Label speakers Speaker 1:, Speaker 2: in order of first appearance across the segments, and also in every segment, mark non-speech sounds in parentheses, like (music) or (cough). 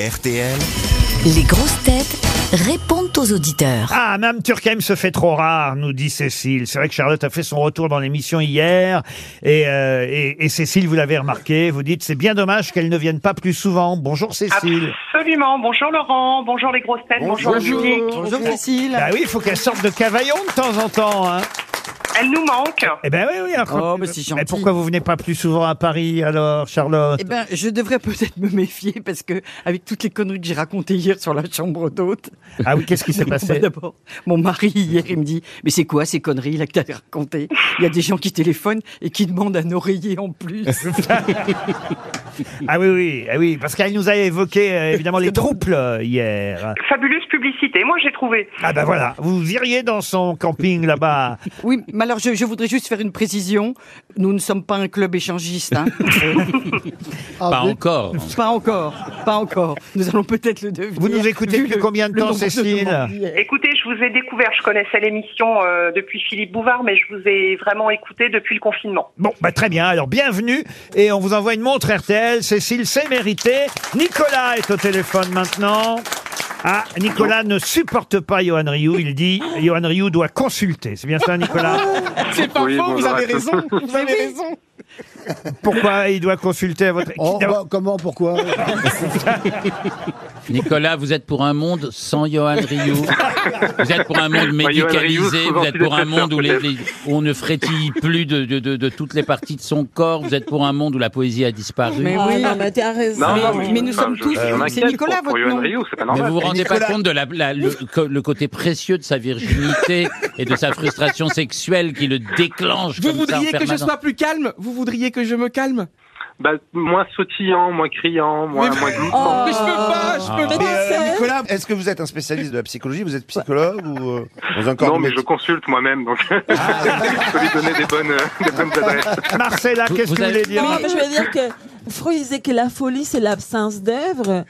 Speaker 1: RTL.
Speaker 2: Les grosses têtes répondent aux auditeurs.
Speaker 3: Ah, Mme Turckheim se fait trop rare, nous dit Cécile. C'est vrai que Charlotte a fait son retour dans l'émission hier. Et, euh, et- et Cécile, vous l'avez remarqué, vous dites c'est bien dommage qu'elle ne vienne pas plus souvent. Bonjour
Speaker 4: Ah.
Speaker 3: Cécile.
Speaker 5: Absolument. Bonjour Laurent, bonjour les grosses têtes, bonjour, le public.
Speaker 4: Cécile.
Speaker 3: Bah oui, il faut qu'elle sorte de Cavaillon de temps en temps. Hein.
Speaker 5: Elle nous manque.
Speaker 3: Eh ben oui, oui. alors-
Speaker 4: Oh, mais c'est gentil.
Speaker 3: Mais pourquoi vous venez pas plus souvent à Paris alors, Charlotte
Speaker 4: Eh ben, je devrais peut-être me méfier parce que avec toutes les conneries que j'ai racontées hier sur la chambre d'hôte.
Speaker 3: Ah oui, qu'est-ce qui
Speaker 4: (laughs)
Speaker 3: s'est
Speaker 4: Bon, bah,
Speaker 3: passé
Speaker 4: D'abord, mon mari hier, il me dit "Mais c'est quoi ces conneries là que t'as racontées Il y a des gens qui téléphonent et qui demandent un oreiller en
Speaker 3: (laughs)
Speaker 4: plus."
Speaker 3: Ah oui, oui, ah oui, parce qu'elle nous a évoqué
Speaker 4: (laughs)
Speaker 3: euh, évidemment les troubles euh, hier.
Speaker 5: Fabuleuse publicité, moi j'ai trouvé.
Speaker 3: Ah ben voilà, vous iriez dans son camping là-bas.
Speaker 4: oui, mais alors je, je voudrais juste faire une précision. Nous ne sommes pas un club échangiste.
Speaker 3: (laughs)
Speaker 4: Hein.
Speaker 6: Pas encore.
Speaker 4: pas encore, pas encore. Nous allons peut-être le devenir.
Speaker 3: Vous nous écoutez
Speaker 4: vu
Speaker 3: depuis
Speaker 4: le-
Speaker 3: combien de
Speaker 4: le
Speaker 3: temps,
Speaker 4: nombre
Speaker 3: Cécile
Speaker 4: demandes hier.
Speaker 5: Écoutez, je vous ai découvert, je connaissais l'émission euh, depuis Philippe Bouvard, mais je vous ai vraiment écouté depuis le confinement.
Speaker 3: Bon, bah très bien, alors bienvenue et on vous envoie une montre RTL. Cécile, c'est mérité. Nicolas est au téléphone maintenant. Ah, Nicolas ne supporte pas Johan Rioux, il dit Johan Rioux doit consulter. C'est bien ça, Nicolas
Speaker 7: C'est pas
Speaker 8: Oui,
Speaker 7: faux, vous
Speaker 8: bonjour
Speaker 7: avez
Speaker 8: à tous.
Speaker 7: raison. Vous avez raison.
Speaker 3: Pourquoi il doit consulter à votre...
Speaker 9: Oh, bah, comment, pourquoi
Speaker 6: Nicolas, vous êtes pour un monde sans Johan Rioux. vous êtes pour un monde
Speaker 8: Bah, Johan Rioux, je
Speaker 6: médicalisé.
Speaker 8: trouve
Speaker 6: Vous êtes pour un
Speaker 8: antidépresseur,
Speaker 6: monde où, les-
Speaker 8: peut-être.
Speaker 6: les- où on ne frétille plus de, de- de- de toutes les parties de son corps. Vous êtes pour un monde où la poésie a disparu.
Speaker 4: Mais
Speaker 6: Mais,
Speaker 10: Ah,
Speaker 4: oui.
Speaker 8: Non, non,
Speaker 4: mais,
Speaker 8: je-
Speaker 4: nous
Speaker 8: enfin,
Speaker 4: sommes
Speaker 8: je-
Speaker 4: tous. euh,
Speaker 8: je m'inquiète
Speaker 4: c'est Nicolas,
Speaker 8: pour- pour
Speaker 4: votre
Speaker 8: Johan
Speaker 4: nom.
Speaker 8: Rioux, c'est pas normal.
Speaker 6: vous vous rendez pas
Speaker 9: Nicolas-
Speaker 6: compte de la, la- le, co- le côté précieux de sa virginité et de sa frustration sexuelle qui le déclenche.
Speaker 7: Vous
Speaker 6: comme ça en
Speaker 7: voudriez que je
Speaker 6: permanence.
Speaker 7: sois plus calme Vous voudriez que je me calme
Speaker 8: Bah, moins sautillant, moins criant, moins,
Speaker 7: Mais-
Speaker 8: moins
Speaker 4: Oh.
Speaker 8: glissant.
Speaker 7: Mais je peux
Speaker 8: Ah.
Speaker 7: pas, je peux pas.
Speaker 8: euh,
Speaker 9: Nicolas, est-ce que vous êtes un spécialiste de la psychologie Vous êtes psychologue ou euh, dans un corps
Speaker 8: Non,
Speaker 9: de
Speaker 8: mais je
Speaker 9: métier
Speaker 8: consulte moi-même, donc
Speaker 4: Ah.
Speaker 8: (laughs) je peux lui donner des bonnes, euh, des bonnes
Speaker 4: Bah
Speaker 8: adresses.
Speaker 3: Marcella,
Speaker 6: oh. Vous-
Speaker 3: qu'est-ce
Speaker 6: vous
Speaker 3: que vous
Speaker 6: avez-
Speaker 3: voulez dire
Speaker 10: Non, mais je veux dire que Freud disait que la folie, c'est l'absence d'œuvre.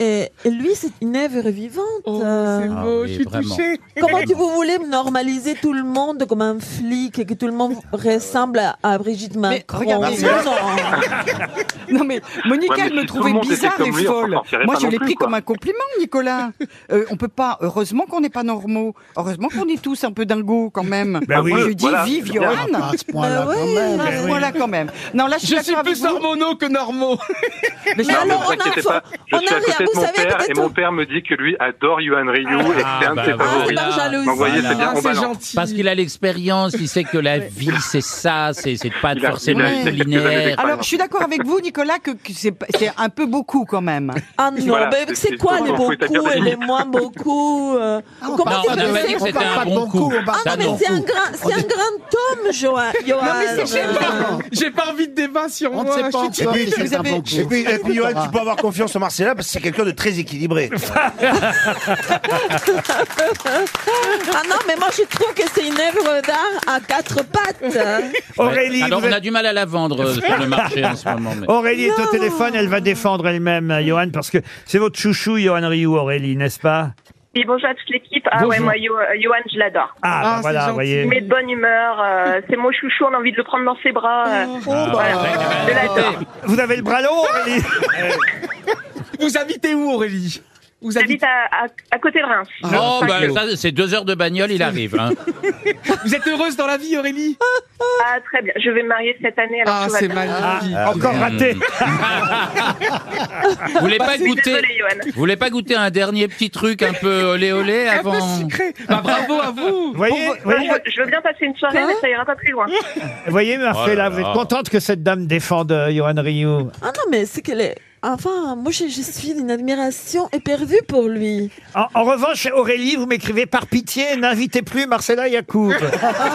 Speaker 10: Et lui, c'est une œuvre vivante.
Speaker 7: Oh,
Speaker 10: Euh,
Speaker 7: c'est beau,
Speaker 6: Ah oui,
Speaker 7: je suis
Speaker 6: vraiment.
Speaker 7: touché.
Speaker 10: Comment tu vous voulez normaliser tout le monde comme un flic et que tout le monde ressemble à, à Brigitte Macron
Speaker 4: regardez.
Speaker 10: Non,
Speaker 4: Non mais Monica,
Speaker 8: Ouais, mais
Speaker 4: elle me
Speaker 8: si tout
Speaker 4: trouvait
Speaker 8: le monde était
Speaker 4: bizarre et
Speaker 8: comme lui, on s'en
Speaker 4: folle.
Speaker 8: sortirait
Speaker 4: Moi,
Speaker 8: pas
Speaker 4: je
Speaker 8: non
Speaker 4: l'ai
Speaker 8: plus,
Speaker 4: pris
Speaker 8: quoi.
Speaker 4: comme un compliment, Nicolas. Euh, on peut pas. Heureusement qu'on n'est pas normaux. Heureusement qu'on est tous un peu dingos quand
Speaker 8: (laughs)
Speaker 4: même.
Speaker 3: Ben oui.
Speaker 4: Je dis
Speaker 8: Voilà.
Speaker 4: vive
Speaker 8: Bien.
Speaker 4: Johan.
Speaker 9: Ah, à ce point-là,
Speaker 10: Bah
Speaker 9: quand
Speaker 10: oui.
Speaker 9: même.
Speaker 4: Ah,
Speaker 3: oui.
Speaker 4: Voilà quand même. Non, là, je suis
Speaker 7: Je suis
Speaker 4: d'accord avec
Speaker 7: plus
Speaker 4: vous.
Speaker 7: hormonaux que normaux.
Speaker 4: Mais
Speaker 8: Non,
Speaker 10: alors,
Speaker 8: mais
Speaker 10: on
Speaker 8: vous
Speaker 10: a
Speaker 8: inquiétez
Speaker 10: info-
Speaker 8: pas, je
Speaker 10: on
Speaker 8: suis
Speaker 10: a
Speaker 8: à
Speaker 10: rien,
Speaker 8: côté de
Speaker 10: vous
Speaker 8: mon
Speaker 10: savez,
Speaker 8: père et
Speaker 10: peut-être-
Speaker 8: mon père me dit que lui adore Johan Rioux et que
Speaker 4: Ah,
Speaker 8: c'est un de
Speaker 6: bah,
Speaker 8: ses favoris.
Speaker 10: par jalousie.
Speaker 8: Donc, vous voyez, c'est
Speaker 6: Voilà.
Speaker 8: bien,
Speaker 7: Ah,
Speaker 8: on
Speaker 7: c'est
Speaker 8: balance.
Speaker 7: gentil.
Speaker 6: Parce qu'il a l'expérience, il sait que la vie, c'est ça, c'est c'est pas
Speaker 8: Il a-
Speaker 6: forcément
Speaker 4: il a- il a quelques
Speaker 8: années
Speaker 6: linéaire.
Speaker 4: Alors, je suis d'accord avec vous, Nicolas, que que c'est pas- c'est un peu beaucoup quand
Speaker 9: (laughs)
Speaker 4: même.
Speaker 10: Ah non,
Speaker 8: Voilà, c'est-
Speaker 10: mais c'est
Speaker 8: c'est
Speaker 10: quoi
Speaker 8: tout,
Speaker 10: les
Speaker 8: on peut établir
Speaker 10: beaucoup
Speaker 8: des
Speaker 10: et les
Speaker 8: limites.
Speaker 10: moins beaucoup euh,
Speaker 8: Ah,
Speaker 10: Comment
Speaker 6: Non,
Speaker 10: tu
Speaker 6: on
Speaker 10: peux
Speaker 6: n'a pas
Speaker 10: dire-
Speaker 6: dit que
Speaker 9: on
Speaker 6: c'était
Speaker 9: parle
Speaker 6: un
Speaker 9: pas de
Speaker 6: bon
Speaker 9: bon coup,
Speaker 6: coup.
Speaker 9: on parle
Speaker 10: Ah
Speaker 6: Ça,
Speaker 10: non, mais
Speaker 6: non.
Speaker 10: c'est un grand, c'est un grand tome, Johan. Johan.
Speaker 4: Non, mais c'est chez moi.
Speaker 7: J'ai pas envie de débat sur
Speaker 9: On ne
Speaker 7: moi.
Speaker 9: sait pas
Speaker 7: je suis
Speaker 9: encore
Speaker 7: touché.
Speaker 9: si c'est un
Speaker 4: avez-
Speaker 9: bon coup. Et puis, et puis, Johan, tu peux avoir confiance en Marcella parce que c'est quelqu'un de très équilibré.
Speaker 10: Ah non, mais moi je trouve que c'est une œuvre d'art à quatre pattes. hein.
Speaker 3: Aurélie,
Speaker 6: Alors,
Speaker 3: vous
Speaker 6: Ah, on
Speaker 3: êtes-
Speaker 6: a du mal à la vendre euh, sur le marché en ce moment. mais-
Speaker 3: Aurélie est au téléphone, elle va défendre elle-même, euh, Johan, parce que c'est votre chouchou, Johan Rioux, Aurélie, n'est-ce pas
Speaker 5: Et bonjour à toute l'équipe. Ah ouais, moi, Johan, je l'adore.
Speaker 3: Ah, bah
Speaker 7: c'est
Speaker 3: voilà,
Speaker 7: gentil.
Speaker 3: vous voyez.
Speaker 5: de bonne humeur, euh, c'est mon chouchou, on a envie de le prendre dans ses bras. euh,
Speaker 9: Oh, bah,
Speaker 5: je l'adore.
Speaker 3: Vous avez le bras long, Aurélie
Speaker 7: Vous habitez où, Aurélie Vous
Speaker 5: J'habite
Speaker 7: habitez.
Speaker 5: à, à, à côté de Reims.
Speaker 6: Oh,
Speaker 5: Cinq
Speaker 6: bah,
Speaker 5: kilos.
Speaker 6: ça, c'est deux heures de bagnole, il arrive. hein.
Speaker 7: Vous êtes heureuse dans la vie, Aurélie
Speaker 5: Ah, très bien. Je vais me marier cette année. Alors
Speaker 7: Ah,
Speaker 5: tout va
Speaker 7: c'est
Speaker 5: bien.
Speaker 3: Ah,
Speaker 7: magnifique.
Speaker 3: Encore raté
Speaker 6: Vous voulez pas
Speaker 5: Je suis
Speaker 6: goûter
Speaker 5: désolée, Johan.
Speaker 6: Vous voulez pas goûter un dernier petit truc un peu olé olé
Speaker 7: Un peu
Speaker 6: avant
Speaker 7: sucré. Bah, bravo à vous. (laughs)
Speaker 3: Vous voyez, vous voyez,
Speaker 5: Moi, je, je veux bien passer une soirée,
Speaker 10: Quoi
Speaker 5: mais ça ira pas plus loin.
Speaker 3: vous voyez, Marcella,
Speaker 6: Oh là
Speaker 3: vous êtes
Speaker 6: là.
Speaker 3: contente que cette dame défende euh, Johan Rioux
Speaker 10: Ah non, mais c'est qu'elle est. Enfin, moi je, je suis d'une admiration éperdue pour lui.
Speaker 3: en, en revanche, Aurélie, vous m'écrivez par pitié, n'invitez plus Marcella Yacoub.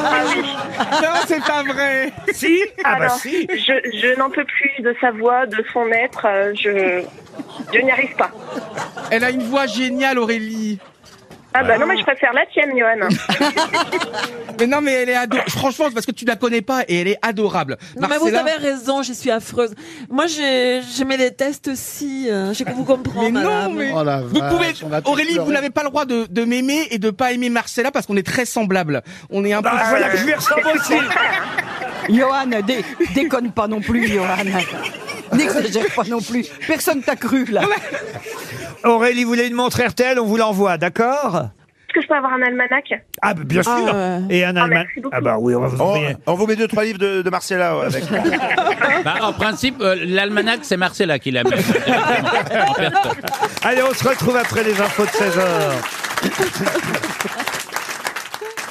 Speaker 7: Non, c'est pas vrai.
Speaker 3: si Ah bah
Speaker 5: Alors,
Speaker 3: si
Speaker 5: je, je n'en peux plus de sa voix, de son être. euh, Je, je n'y arrive pas.
Speaker 7: Elle a une voix géniale, Aurélie.
Speaker 5: Ah bah non, mais je préfère la tienne, Johan.
Speaker 3: (laughs)
Speaker 7: Mais non, mais elle est adorable. Franchement, c'est parce que tu la connais pas et elle est adorable.
Speaker 10: Non, mais vous
Speaker 7: Marcella-
Speaker 10: avez raison, je suis affreuse. Moi je, je me déteste aussi. hein. Je vous comprends,
Speaker 7: Mais non,
Speaker 10: madame.
Speaker 7: mais
Speaker 9: Oh la
Speaker 7: vous
Speaker 9: vache,
Speaker 7: pouvez,
Speaker 9: on va tous
Speaker 7: Aurélie, vous
Speaker 9: pleurer.
Speaker 7: n'avez pas le droit de, de m'aimer et de pas aimer Marcella parce qu'on est très semblables. On est un
Speaker 9: Bah,
Speaker 7: peu.
Speaker 6: bah,
Speaker 3: Ah, voilà que je lui ressemble aussi
Speaker 7: (laughs)
Speaker 4: Johan, dé- déconne pas non plus, Johan. N'exagère pas non plus. Personne t'a cru, là.
Speaker 3: Aurélie, vous voulez une montre RTL On vous l'envoie, d'accord
Speaker 1: Est-ce que je peux avoir un almanach
Speaker 3: Ah, bah, bien sûr.
Speaker 10: Ah, ouais.
Speaker 3: Et un Allemand.
Speaker 1: merci beaucoup.
Speaker 3: Ah, bah oui, on va
Speaker 6: Oh.
Speaker 3: vous
Speaker 9: On,
Speaker 3: envoyer.
Speaker 9: on vous met deux, trois livres de, de Marcella ouais, avec.
Speaker 6: Bah, en principe, euh, l'almanach, c'est Marcella qui
Speaker 7: (laughs)
Speaker 6: l'amène. directement, en personne.
Speaker 3: Allez, on se retrouve après les infos de 16h.